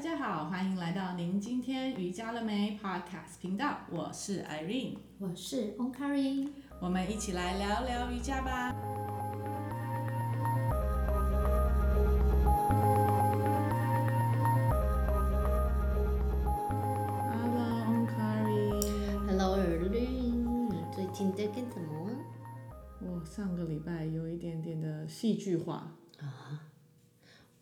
家好，欢迎来到您今天瑜伽了没 Podcast 频道，我是 Irene，我是 Onkari。我们一起来聊聊瑜伽吧。Hello Onkari， Hello Irene，你最近在干什么我上个礼拜有一点点的戏剧化，啊？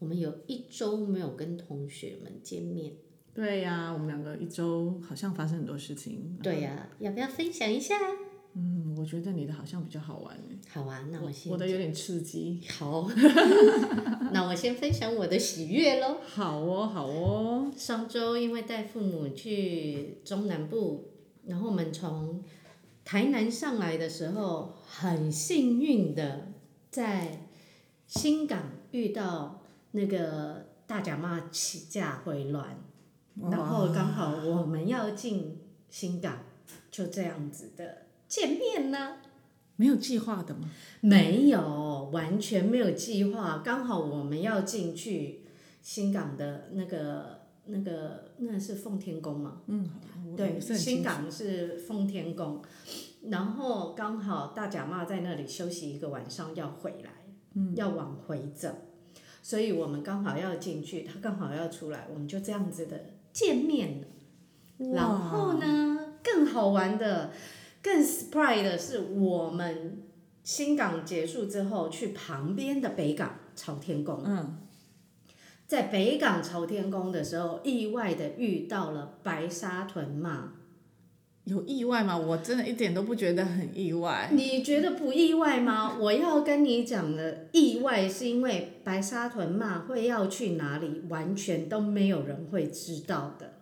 我们有一周没有跟同学们见面。对呀、我们两个一周好像发生很多事情。对呀、要不要分享一下？嗯，我觉得你的好像比较好玩欸，好啊，那我先我的有点刺激。好， 那我先分享我的喜悦喽。好哦，好哦，上周因为带父母去中南部，然后我们从台南上来的时候，很幸运的在新港遇到那个大甲妈起驾回銮，哦然后刚好我们要进新港，就这样子的见面呢。没有计划的吗？没有，完全没有计划。刚好我们要进去新港的那个、那个、那是奉天宫吗？嗯，好我对，我是很清新港是奉天宫，然后刚好大甲妈在那里休息一个晚上，要回来，嗯要往回走，所以我们刚好要进去，她刚好要出来，我们就这样子的见面了。然后呢，更好玩的、更 surprise 的是，我们新港结束之后，去旁边的北港朝天宫。嗯，在北港朝天宫的时候，意外的遇到了白沙屯妈。有意外吗？我真的一点都不觉得很意外。你觉得不意外吗？我要跟你讲的意外，是因为白沙屯妈会要去哪里，完全都没有人会知道的。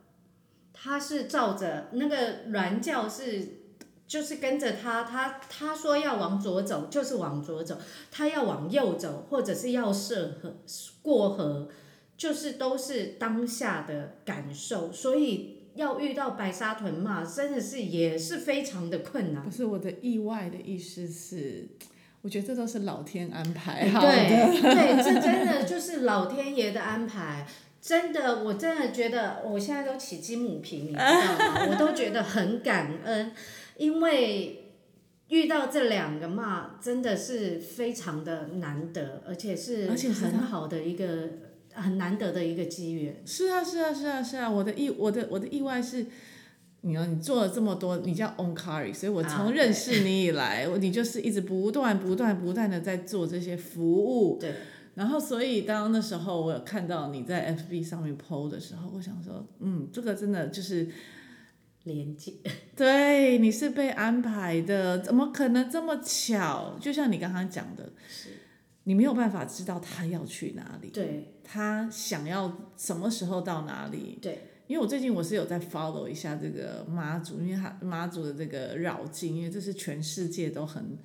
他是照着那个软教是，就是跟着他，他他说要往左走，就是往左走；他要往右走，或者是要涉河过河，就是都是当下的感受。所以要遇到白沙屯嘛，真的是也是非常的困难。不是我的意外的意思是，我觉得这都是老天安排对好的。哎对，这真的就是老天爷的安排。真的，我真的觉得我现在都起鸡母皮，你知道吗？我都觉得很感恩，因为遇到这两个嘛，真的是非常的难得，而且是而且是他很好的一个很难得的一个机缘。是啊，是啊，是啊，是啊。我的意，我的我的意外是，你要你做了这么多，你叫 Onkari，所以我啊从认识你以来，我你就是一直不断、不断、不断的在做这些服务。对。然后，所以当那时候我有看到你在 FB 上面 PO 的时候，我想说，嗯，这个真的就是连接对，你是被安排的，怎么可能这么巧？就像你刚刚讲的，你没有办法知道他要去哪里，对他想要什么时候到哪里。对，因为我最近我是有在 follow 一下这个妈祖，因为他妈祖的这个绕境，因为这是全世界都很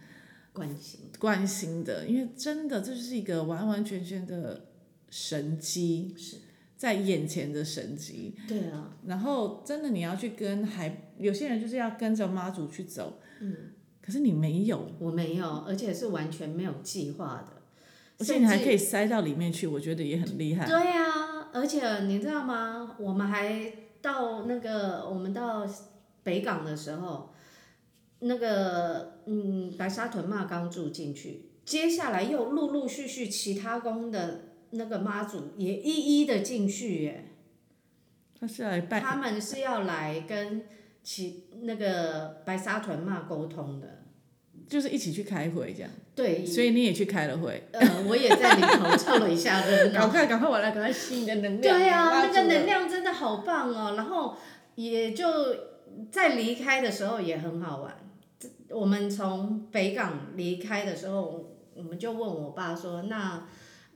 关心，关心的，因为真的这就是一个完完全全的神机，是在眼前的神机。对啊，然后真的你要去跟还有些人就是要跟着妈祖去走，嗯，可是你没有，我没有，而且是完全没有计划的，而且你还甚至可以塞到里面去，我觉得也很厉害。对啊，而且你知道吗？我们还到那个，我们到北港的时候，那个嗯，白沙屯妈刚住进去，接下来又陆陆续续其他宫的那个妈祖也一一的进去耶，他是来拜他们是要来跟其那个白沙屯妈沟通的，就是一起去开会这样，对。所以你也去开了会，呃，我也在里头凑了一下热闹赶，快赶快我来赶快吸你的能量，对啊，妈那祖个的能量真的好棒哦。然后也就在离开的时候也很好玩。这我们从北港离开的时候，我我们就问我爸说：“那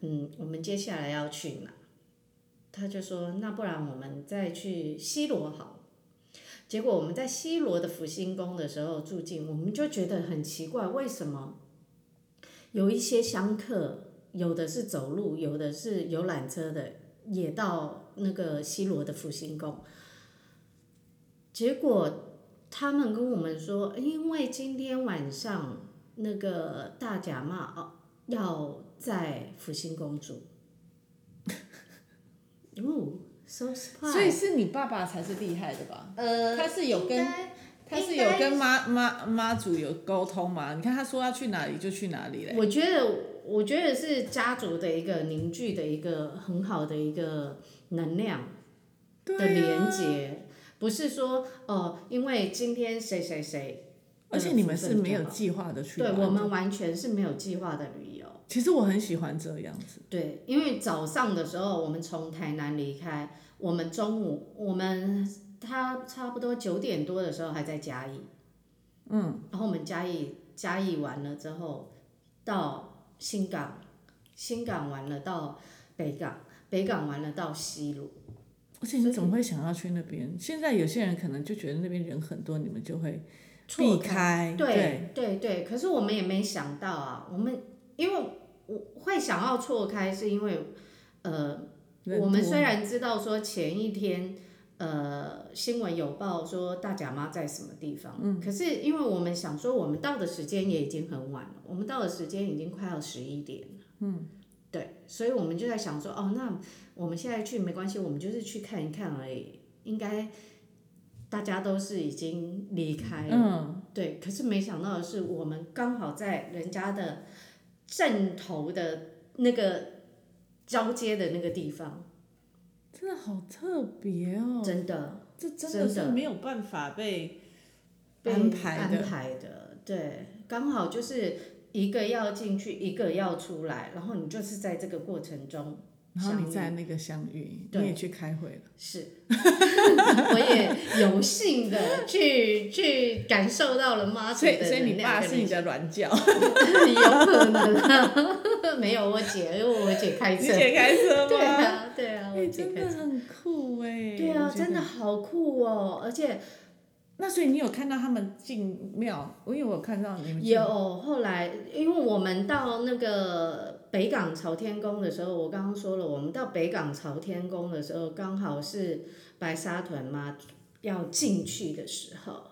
嗯，我们接下来要去哪？”他就说：“那不然我们再去西罗好了。”结果我们在西罗的福星宫的时候住进，我们就觉得很奇怪，为什么有一些香客，有的是走路，有的是游览车的，也到那个西罗的复兴宫。结果他们跟我们说，哎因为今天晚上那个大甲妈哦要在复兴宫住。哦， So 所以 surprised。是你爸爸才是厉害的吧？呃，他是有跟应该他是有跟妈妈妈祖有沟通吗？你看他说要去哪里就去哪里嘞。我觉得，我觉得是家族的一个凝聚的一个很好的一个能量对、啊的连接，不是说哦、因为今天谁谁谁，而且你们是没有计划的去对玩我们完全是没有计划的旅游。其实我很喜欢这样子，对，因为早上的时候我们从台南离开，我们中午我们他差不多九点多的时候还在嘉义，嗯，然后我们嘉义嘉义完了之后到新港，新港完了到北港，北港完了到西鲁，而且你怎么会想要去那边？现在有些人可能就觉得那边人很多，你们就会避错开。开。对对对，可是我们也没想到啊，我们因为我会想要错开，是因为呃，人我们多虽然知道说前一天呃新闻有报说大甲妈在什么地方，嗯，可是因为我们想说我们到的时间也已经很晚了，我们到的时间已经快要十一点了，嗯，对，所以我们就在想说，哦，那我们现在去没关系，我们就是去看一看而已，应该大家都是已经离开了，嗯，对，可是没想到的是，我们刚好在人家的正头的那个交接的那个地方，真的好特别哦，真的这真的真是的没有办法被被安排安的。排的，对，刚好就是一个要进去，一个要出来，然后你就是在这个过程中然后你相遇在那个相遇，你对也去开会了，是， 我也有幸的去去感受到了妈祖所以的所以你能量爸跟是你的软脚， 有可能啊， 没有我姐，因为我姐开你车，姐开 车对吗？啊对啊，我哎，姐真开的车。很酷哎。对我啊，觉得真的好酷哦！而且那所以你有看到他们进庙？因为我有看到你们进有后来，因为我们到那个北港朝天宫的时候，我刚刚说了，我们到北港朝天宫的时候，刚好是白沙屯嘛要进去的时候。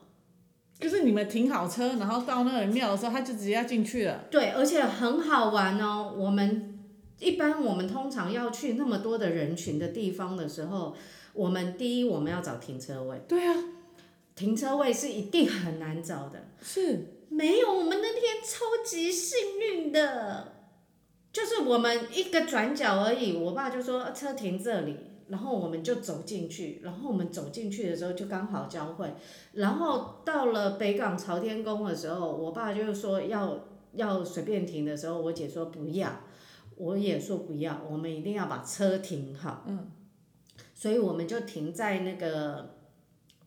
就是你们停好车，然后到那个庙的时候，他就直接要进去了。对，而且很好玩哦。我们一般我们通常要去那么多的人群的地方的时候，我们第一我们要找停车位，对啊，停车位是一定很难找的。是没有，我们那天超级幸运的，就是我们一个转角而已。我爸就说呃车停这里，然后我们就走进去，然后我们走进去的时候就刚好交汇，然后到了北港朝天宫的时候，我爸就说要要随便停的时候，我姐说不要，我也说不要，我们一定要把车停好。嗯，所以我们就停在那个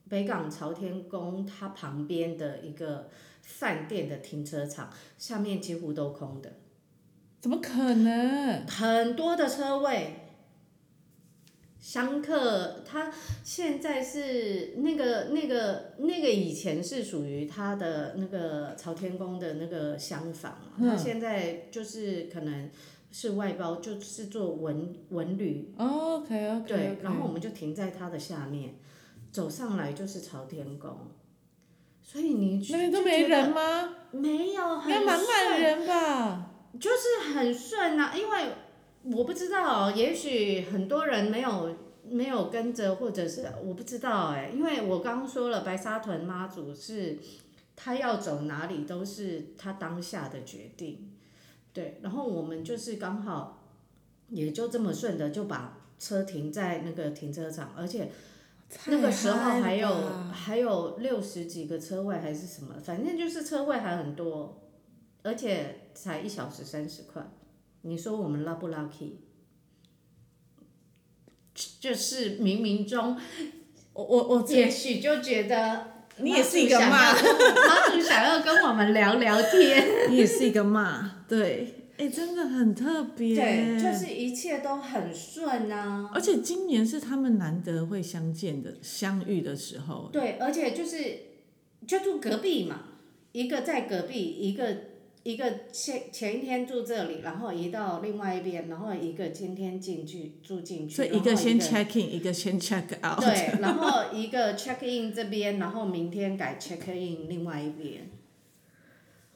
北港朝天宫它旁边的一个。饭店的停车场下面几乎都空的，怎么可能？很多的车位。香客它现在是那个那个那个以前是属于它的那个朝天宫的那个厢房嘛，嗯它现在就是可能是外包，就是做文文旅 OK OK，对，然后我们就停在它的下面，走上来就是朝天宫，所以你那边都就没觉得人吗？没有应很该满满顺人吧？就是很顺啊，因为我不知道，也许很多人没有没有跟着，或者是呃我不知道哎、因为我刚刚说了，白沙屯妈祖是他要走哪里都是他当下的决定，对，然后我们就是刚好也就这么顺的就把车停在那个停车场，而且那个时候还有太嗨了吧还有六十几个车位还是什么，反正就是车位还很多，而且才一小时三十块，你说我们 lucky 不 lucky？就是冥冥中，我我我也许就觉得你也是一个骂，妈祖想要， 妈祖想要跟我们聊聊天，你也是一个骂，对，哎，真的很特 别。对，就。是一切都很顺啊。而且今年是他们难得会相见的、相遇的时候，对，而且就是就住隔壁嘛，一个在隔壁，一个一个前前一天住这里，然后移到另外一边，然后一个今天进去住进去，所以然一个后先 check in，一个先 check out。对，然后一个 check in 这边，然后明天改 check in 另外一边。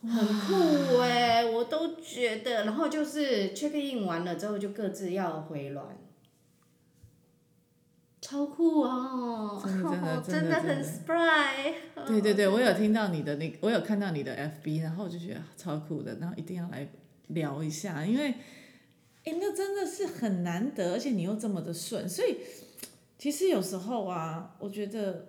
很酷哎、我都觉得，然后就是 check in 完了之后就各自要回銮，超酷哦，真的 真的哦真的很真的 spry。对对对，我有听到你的那个，我有看到你的 FB，然后我就觉得超酷的，然后一定要来聊一下，因为，哎，那真的是很难得，而且你又这么的顺，所以其实有时候啊，我觉得，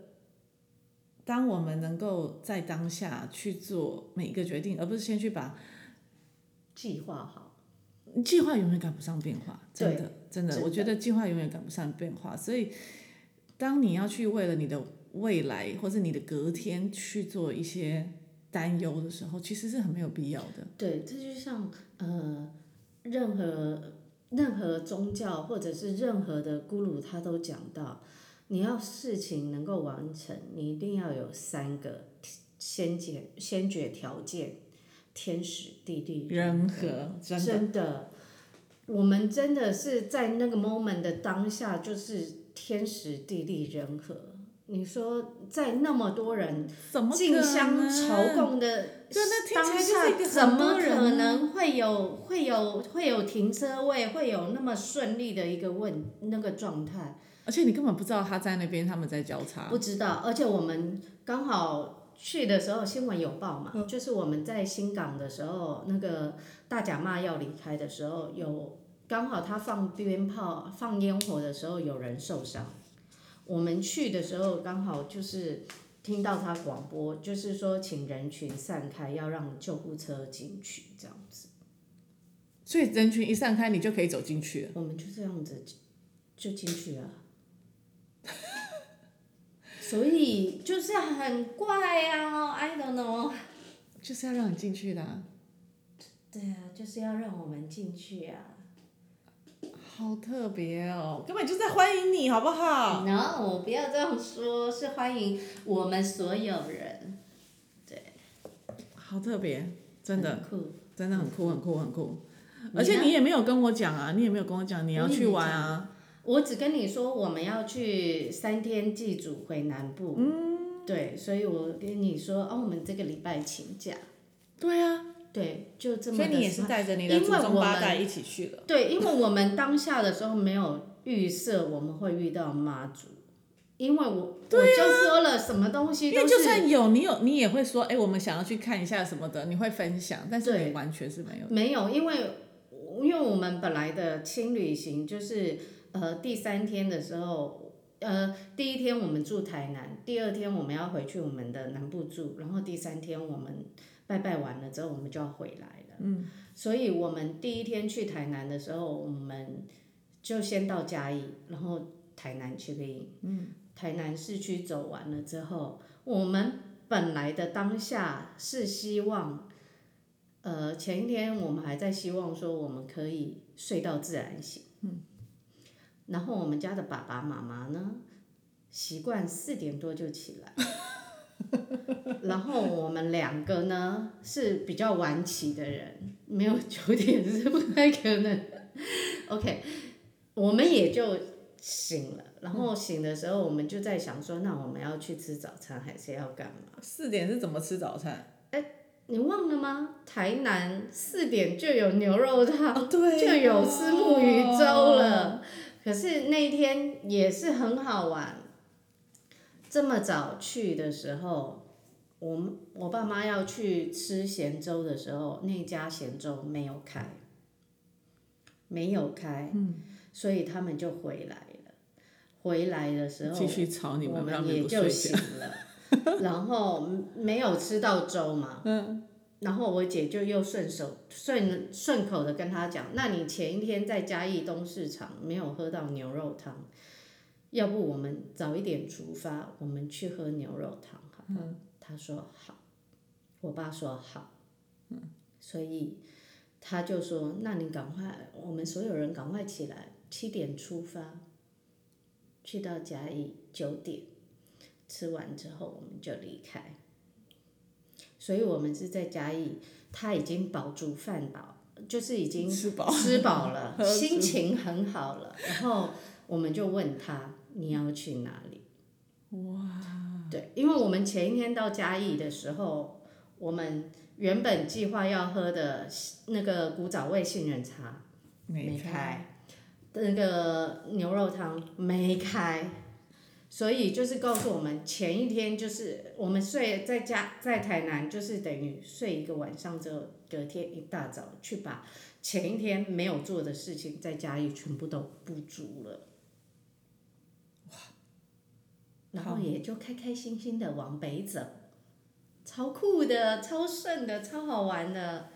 当我们能够在当下去做每一个决定，而不是先去把计划好，计划永远赶不上变化，真的真的，真的我觉得计划永远赶不上变化，所以当你要去为了你的未来或者你的隔天去做一些担忧的时候，其实是很没有必要的。对，这就像呃，任何任何宗教或者是任何的咕噜，他都讲到，你要事情能够完成，你一定要有三个先决先决条件：天时、地利、人和真的真的，我们真的是在那个 moment 的当下，就是天时地利人和。你说，在那么多人怎么可竞相能仇共的对啊那听起当来就是一下，个怎很么多人啊可能会有会有会有停车位，会有那么顺利的一个问那个状态？而且你根本不知道他在那边他们在交叉，不知道，而且我们刚好去的时候新闻有报嘛，嗯就是我们在新港的时候，那个大甲妈要离开的时候，有刚好他放鞭炮、放烟火的时候有人受伤，我们去的时候刚好就是。听到他广播，就是说请人群散开，要让救护车进去，这样子，所以人群一散开，你就可以走进去了。我们就这样子就进去了。所以就是很怪啊，I don't know。就是要让你进去的啊、对啊，就是要让我们进去啊。好特别哦，根本就在欢迎你，好不好？ No，不要这样说，是欢迎我们所有人，好特别，真的。很酷。真的很酷，很酷，很酷。嗯你而且呢你也没有跟我讲啊，你也没有跟我讲你要去玩啊。我只跟你说我们要去三天祭祖回南部，嗯，对，所以我跟你说，哦，我们这个礼拜请假，对啊，对，就这么所的以你也是 smart 带着你的祖因为宗我八们代一起去的。对，因为我们当下的时候没有预设我们会遇到妈祖，因为我、我就说了，什么东西啊因都为是就算有，你有你也会说，哎、我们想要去看一下什么的，你会分享，但是对你完全是没有。没有，因为因为我们本来的轻旅行就是呃第三天的时候，呃第一天我们住台南，第二天我们要回去我们的南部住，然后第三天我们拜拜完了之后我们就要回来了。嗯，所以我们第一天去台南的时候，我们就先到嘉义，然后台南 check in。嗯，台南市区走完了之后，我们本来的当下是希望。呃，前一天我们还在希望说我们可以睡到自然醒，嗯，然后我们家的爸爸妈妈呢，习惯四点多就起来，然后我们两个呢是比较晚起的人，没有九点是不太可能。OK，我们也就醒了，然后醒的时候我们就在想说，那我们要去吃早餐还是要干嘛？四点是怎么吃早 餐？你忘了吗？台南四点就有牛肉汤，哦对啊就有吃木鱼粥哦。了。可是那一天也是很好玩。这么早去的时候，我们我爸妈要去吃咸粥的时候，那家咸粥没有开，没有开，嗯所以他们就回来了。回来的时候，继续吵你我们，让们你也不就睡觉醒。了，然后没有吃到粥嘛，嗯然后我姐就又顺手顺顺口的跟她讲，那你前一天在嘉义东市场没有喝到牛肉汤，要不我们早一点出发，我们去喝牛肉汤好不好？嗯她说好，我爸说好，所以他就说，那你赶快，我们所有人赶快起来，七点出发，去到嘉义九点。吃完之后我们就离开。所以我们是在嘉义，他已经饱足饭饱，就是已经吃饱，吃饱 了喝足心情很好了。然后我们就问他你要去哪里？哇！对，因为我们前一天到嘉义的时候，我们原本计划要喝的那个古早味杏仁茶没开，那个牛肉汤没开，所以就是告诉我们前一天就是我们睡在家在台南，就是等于睡一个晚上之后，隔天一大早去把前一天没有做的事情在家里全部都补足了。然后也就开开心心的往北走，超酷的、超顺的、超好玩的。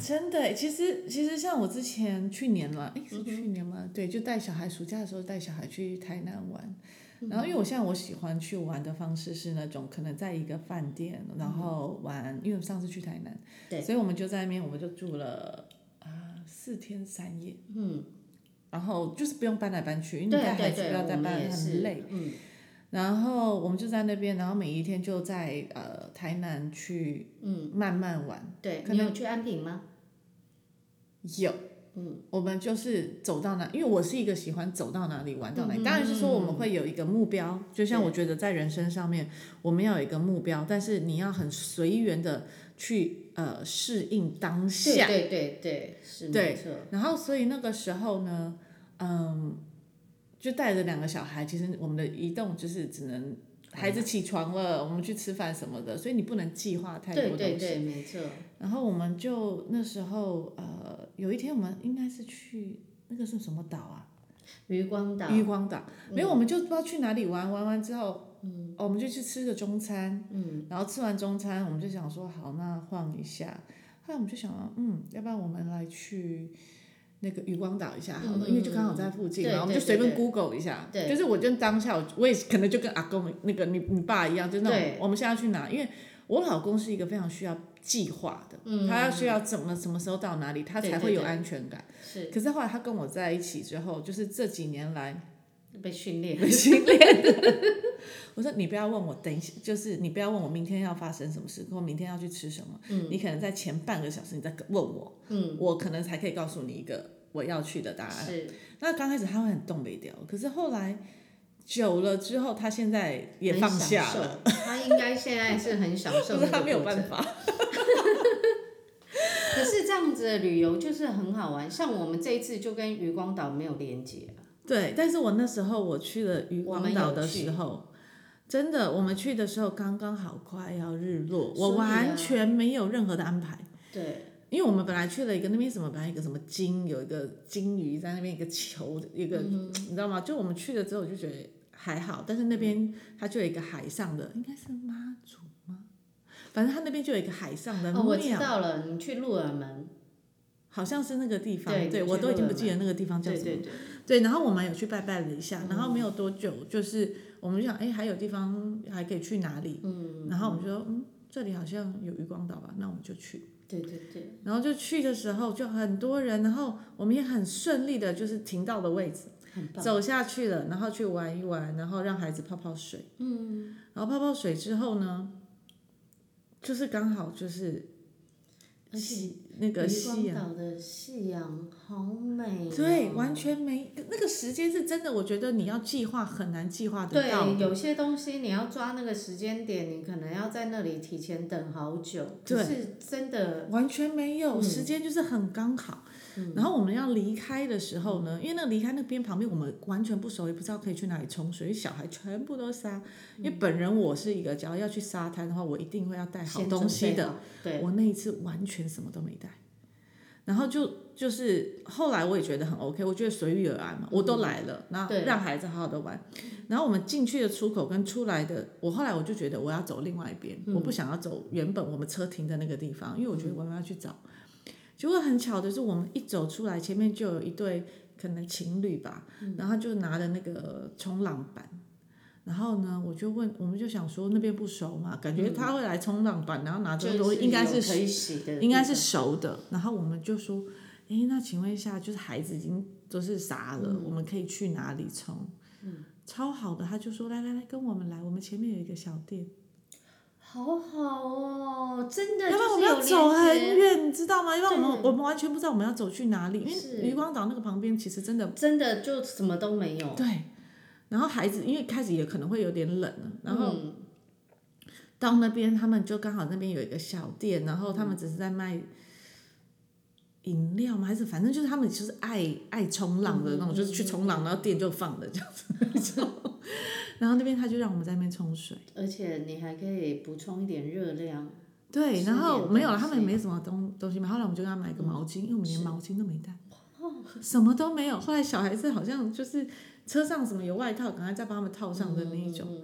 真的，其实其实像我之前去年了，诶，嗯是去年吗？对，就带小孩暑假的时候带小孩去台南玩，嗯然后因为我现在我喜欢去玩的方式是那种可能在一个饭店，然后玩，因为我上次去台南，嗯对所以我们就在那边我们就住了啊四天三夜，嗯，然后就是不用搬来搬去，对因为带孩对子不对，啊要我再们搬，也很是累。，嗯，然后我们就在那边，然后每一天就在呃台南去嗯慢慢玩。对。可你有去安平吗？有，嗯，我们就是走到哪，因为我是一个喜欢走到哪里玩到嗯哪里。当然是说我们会有一个目标，就像我觉得在人生上面，我们要有一个目标，但是你要很随缘的去呃适应当对下。对对对，是对没错。然后，所以那个时候呢，嗯，就带着两个小孩，其实我们的移动就是只能孩子起床了，我们去吃饭什么的，所以你不能计划太多对东西。对对，没错。然后我们就那时候呃，有一天我们应该是去那个是什么岛啊？渔光岛，渔光岛。嗯没有，我们就不知道去哪里玩，玩完之后，嗯，我们就去吃个中餐，嗯，然后吃完中餐，我们就想说好，那晃一下。后来我们就想了，嗯，要不然我们来去。那个渔光岛一下好了，嗯因为就刚好在附近嘛，对然后我们就对随便对 Google 一下。对就是我就当下我，我也可能就跟阿公那个你你爸一样，就那种对我们现在要去哪？因为我老公是一个非常需要计划的，嗯他要需要怎么什么时候到哪里，他对才对会有对安全感。是可是后来他跟我在一起之后，就是这几年来，被训练。训练 的。我说你不要问我，等一下，就是你不要问我明天要发生什么事，或明天要去吃什么。你可能在前半个小时你在问我， 嗯，我可能才可以告诉你一个我要去的答案。是，那刚开始他会很动北调，可是后来久了之后，他现在也放下了，了。他应该现在是很享 受可是那个他没有过程办法。可是这样子的旅游就是很好玩，像我们这一次就跟渔光岛没有连接啊、对，但是我那时候我去了渔光岛的时候，真的，我们去的时候刚刚好快要日落，我所以啊完全没有任何的安排。对，因为我们本来去了一个那边什么，本来一个什么鲸，有一个鲸鱼在那边一个球，一个、你知道吗？就我们去了之后，我就觉得还好，但是那边它就有一个海上的，嗯应该是妈祖吗？反正它那边就有一个海上的哦，我知庙，道了，你去鹿耳门，好像是那个地方，对对你去我都已经不过了记得那个地方叫对什么对对，对，嗯然后我们有去拜拜了一下，然后没有多久，就是我们就想，哎，还有地方还可以去哪里？嗯，然后我们就说，嗯，这里好像有渔光岛吧，那我们就去。对对对，然后就去的时候就很多人，然后我们也很顺利的，就是停到了位置，很棒，走下去了，然后去玩一玩，然后让孩子泡泡水。嗯，然后泡泡水之后呢，就是刚好就是而且夕那个夕阳渔。光岛的夕阳好美、哦，对，完全没那个时间是真的，我觉得你要计划很难计划得到对，。有些东西你要抓那个时间点，你可能要在那里提前等好久，对可是真的，嗯完全没有，时间就是很刚好。然后我们要离开的时候呢，因为那离开那边旁边我们完全不熟，也不知道可以去哪里冲水，小孩全部都沙。因嗯为本人我是一个，只要要去沙滩的话，我一定会要带哎好先东西的。准备好，我那一次完全什么都没带，然后就就是后来我也觉得很 OK，我觉得随遇而安嘛，我都来了，那对让孩子好好的玩。然后我们进去的出口跟出来的，我后来我就觉得我要走另外一边，我不想要走原本我们车停的那个地方，因为我觉得我们要去找。结果很巧的是，我们一走出来，前面就有一对可能情侣吧，嗯然后就拿着那个冲浪板。然后呢，我就问，我们就想说那边不熟嘛，感觉他会来冲浪板，然后拿对，啊这嗯就个东西应该有是可以洗的，应该是。熟的。然后我们就说，诶，那请问一下，就是孩子已经都是傻了，嗯我们可以去哪里冲？超好的，他就说来来来，跟我们来，我们前面有一个小店，好好哦，真要的就不然我是们要走啊有连接很远，你知道吗？要不然我们对我们完全不知道我们要走去哪里，因是为渔光岛那个旁边其实真的真的就什么都没有。对。然后孩子因为开始也可能会有点冷了，然后嗯到那边他们就刚好那边有一个小店，然后他嗯们只是在卖饮料吗？还是反正就是他们嗯就是爱爱冲浪的那种，就是去冲浪，然后店就放的这样子 那种。然后那边他就让我们在那边冲水。而且你还可以补充一点热量，对，吃然后点没有了，东他们西嗯没什么东东西嘛。后来我们就给他买个毛巾，因为我们连毛巾都没带，哦什么都没有。后来小孩子好像就是车上什么有外套，赶快再帮他们套上的那一种。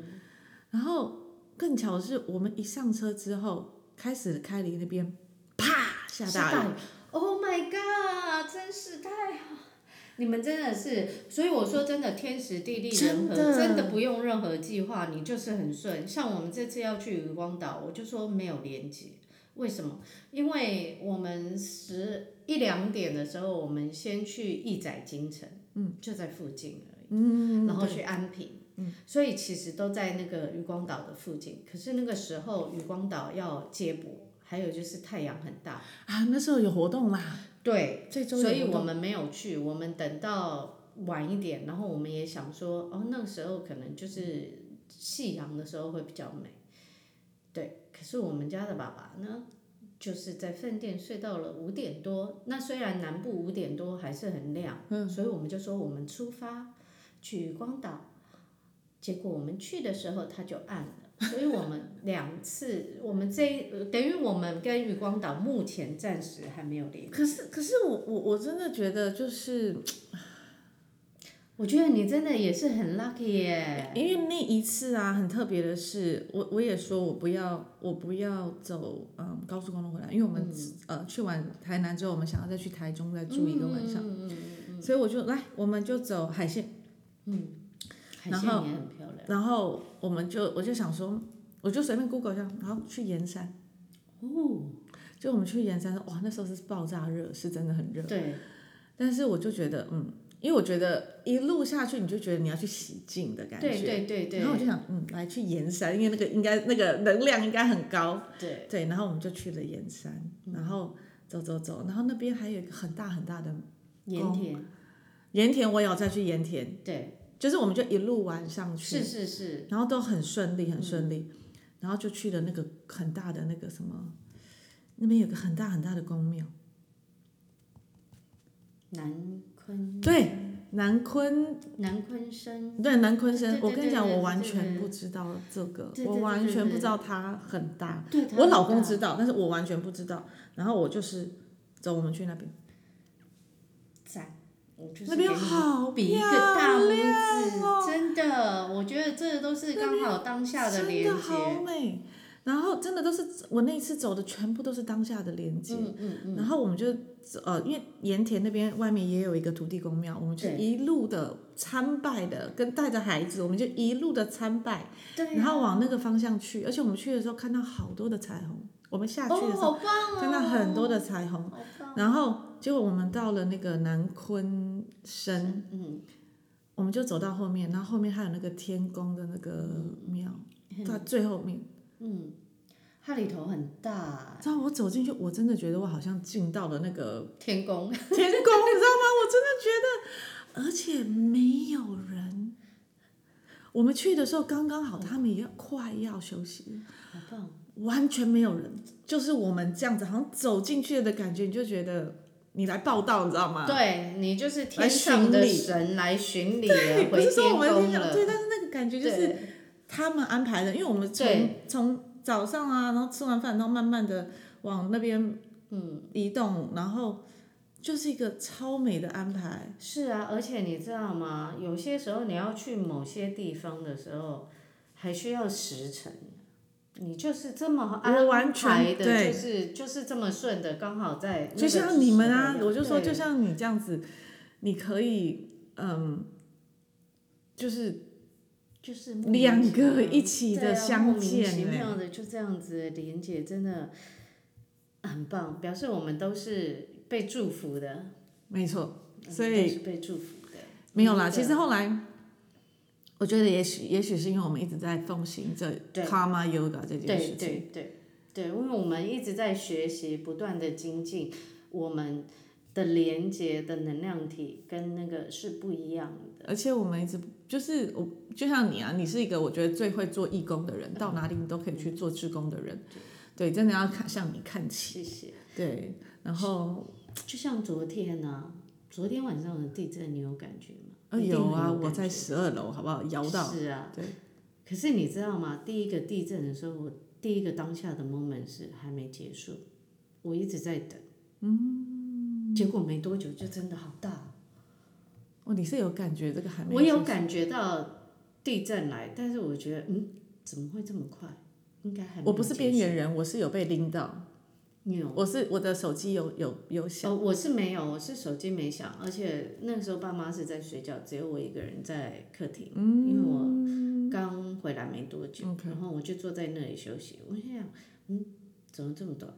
然后更巧的是，我们一上车之后，开始开离那边，啪下大雨。雨。Oh my god！真是太好，你们真的是，所以我说真的天时地利人和，真真的不用任何计划，你就是很顺。像我们这次要去渔光岛，我就说没有连接，为什么？因为我们十一两点的时候，我们先去义载金城，嗯，就在附近而已。嗯，然后对嗯去安平，所以其实都在那个渔光岛的附近。可是那个时候渔光岛要接驳，还有就是太阳很大，啊，那时候有活动啦，对，这周有所以活动我们没有去，我们等到晚一点，然后我们也想说，哦，那个时候可能就是夕阳的时候会比较美，对。可是我们家的爸爸呢，就是在饭店睡到了五点多。那虽然南部五点多还是很亮，嗯，所以我们就说我们出发去光岛。结果我们去的时候它就暗了，所以我 们两次，我们这一呃等于我们跟渔光岛目前暂时还没有联系。可是可是我我我真的觉得就是我觉得你真的也是很 lucky 耶。因为那一次啊，很特别的是，我我也说我不要，我不要走嗯高速公路回来，因为我们、嗯呃去完台南之后，我们想要再去台中再住一个晚嗯上，所以我就来，我们就走海线，海然鲜也很漂亮。然后我们就我就想说，我就随便 Google 一下，然后去盐山，哦，就我们去盐山，哇，那时候是爆炸热，是真的很热，对，但是我就觉得嗯，因为我觉得一路下去，你就觉得你要去洗净的感觉，对对对对然后我就想嗯，来去盐山，因为那个应该那个能量应该很高。对，嗯对，然后我们就去了盐山，然后走走走，然后那边还有一个很大很大的盐田，盐田，我也有再去盐田，对，就是我们就一路玩上去，是嗯是是，然后都很顺利，很顺利，然后就去了那个很大的那个什么，那边有个很大很大的宫庙，南昆对，南昆，南昆生，对，南昆山，对我对跟你对讲，对我对完对全对不知道这个，对对我对完对全对不知道它很大，对，它我老公很大知道，但是我完全不知道，然后我就是走，我们去那边。赞，我就是那边给你好哦比一个大拇指，真的，我觉得这都是刚好当下的真连的接。好美。然后真的都是我那一次走的全部都是当下的连接，嗯嗯嗯，然后我们就走呃，因为盐田那边外面也有一个土地公庙，我们就对一路的参拜的，跟带着孩子，我们就一路的参拜，对啊，然后往那个方向去。而且我们去的时候看到好多的彩虹，我们下去哦，的时好候棒哦，看到很多的彩虹，好棒，然后结果我们到了那个南昆山，嗯，我们就走到后面，然后后面还有那个天宫的那个嗯庙，在最后面。它里头很大，知道我走进去，我真的觉得我好像进到了那 个天宫。天宫，你知道吗？我真的觉得，而且没有人。我们去的时候刚刚好，他们也快要休息，好棒！完全没有人，就是我们这样子，好像走进去的感觉，你就觉得你来报道，你知道吗？对你就是来天巡上的礼神来巡礼对，了，不回是说天我们宫天了。对，但是那个感觉就是对他们安排的，因为我们从对从早上啊，然后吃完饭，然后慢慢的往那边嗯移动，然后就是一个超美的安排。是啊，而且你知道吗？有些时候你要去某些地方的时候，还需要时辰。你就是这么我完安全排的，对就是就是这么顺的，刚好在那个就像你们啊时，候我就说对就像你这样子，你可以嗯，就是就是莫名两其个妙一起对的相啊、莫名其见、欸，妙的就这样子连接，真的很棒，表示我们都是被祝福的，没错，所我以们嗯都是被祝福的。没有啦，真其的实后来，我觉得也许也许是因为我们一直在奉行这对 karma yoga 这件对事情，对对对，因为我们一直在学习，不断的精进，我们的连接的能量体跟那个是不一样的。而且我们一直就是我就像你啊，你是一个我觉得最会做义工的人，到哪里你都可以去做志工的人，对，真的要看向你看齐，谢谢。对，然后啊就像昨天呢、昨天晚上的地震，你有感觉吗？嗯、呃一定有啊，很有我感在觉十二楼，好不好？摇到，是啊，对。可是你知道吗？第一个地震的时候，我第一个当下的 moment 是还没结束，我一直在等。嗯。结果没多久就真的好大，哦，你是有感觉这个还没？我有感觉到地震来，但是我觉得嗯，怎么会这么快？应该还没有我不是结束边缘人，我是有被拎到，你有我是我的手机有有有响，哦，我是没有，我是手机没响，而且那个时候爸妈是在睡觉，只有我一个人在客厅，因为我刚回来没多久嗯 OK 然后我就坐在那里休息。我心想，嗯，怎么这么短？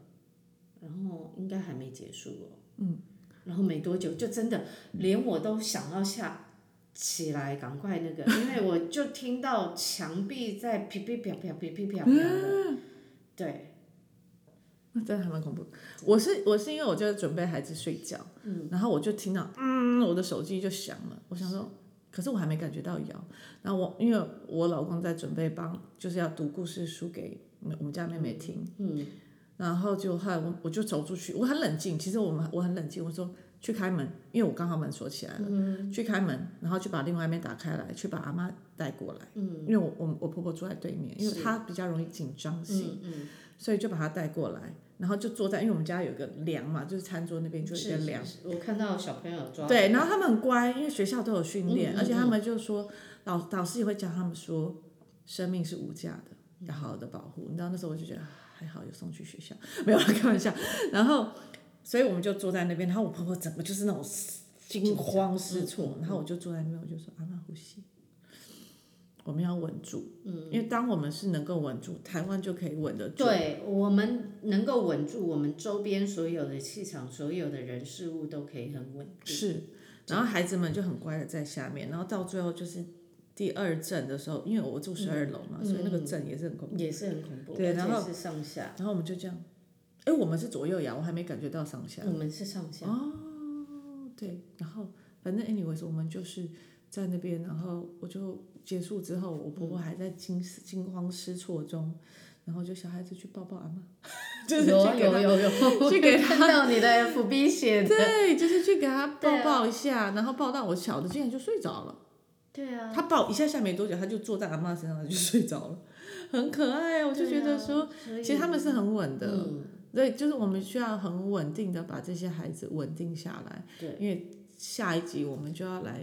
然后应该还没结束哦。嗯。然后没多久就真的连我都想要下起来，赶快那个，因为我就听到墙壁在噼噼啪啪噼噼啪啪的，嗯对。那真的还蛮恐怖。我是我是因为我就在准备孩子睡觉，然后我就听到嗯，我的手机就响了，我想说，可是我还没感觉到摇。然后我因为我老公在准备帮，就是要读故事书给我们家妹妹听，嗯，然后就后来我我就走出去，我很冷静，其实我们我很冷静，我说去开门，因为我刚好门锁起来了，嗯去开门，然后去把另外一面打开来，去把阿妈带过来，嗯，因为我我我婆婆住在对面，因为是她比较容易紧张性，嗯嗯，所以就把她带过来，然后就坐在，因为我们家有个梁嘛，就是餐桌那边就有一是个是梁，是我看到小朋友抓对，然后他们很乖，因为学校都有训练，嗯嗯而且他们就说老导师也会教他们说，生命是无价的，要好好的保护。你知道那时候我就觉得啊还好有送去学校，没有啦开玩笑。然后，所以我们就坐在那边，然后我婆婆整个就是那种惊慌失措，然后嗯我就坐在那边，我就说阿妈呼吸，我们要稳住，嗯，因为当我们是能够稳住，台湾就可以稳得住。对，我们能够稳住我们周边所有的气场，所有的人事物都可以很稳定。是，然后孩子们就很乖的在下面，然后到最后就是第二阵的时候，因为我住十二楼嗯嘛，所以那个阵也是很恐怖。也是很恐怖，对而然后且是上下，然后我们就这样，哎，我们是左右摇，我还没感觉到上下。我们是上下，哦，对，然后反正 anyways，我们就是在那边，然后我就结束之后，我婆婆还在惊惊慌失措中，然后就小孩子去抱抱阿妈， 就是去有啊给有她有有， 去给他看到你的 FB 写的，对，就是去给她对抱啊抱一下，然后抱到我小的竟然就睡着了。对啊，他抱一下下没多久，他就坐在阿妈身上就睡着 了，很可爱。啊我就觉得说，啊所以，其实他们是很稳的，嗯，所以就是我们需要很稳定的把这些孩子稳定下来。对，因为下一集我们就要来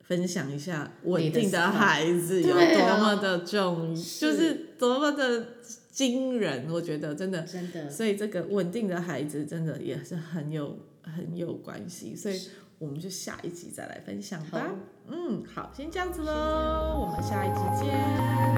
分享一下稳定你的思的考孩子有 对多啊么的重，就是是多么的惊人。我觉得真的，真的，所以这个稳定的孩子真的也是很有很有关系，所以我们就下一集再来分享吧好。嗯，好，先这样子先这样喽，我们下一集见。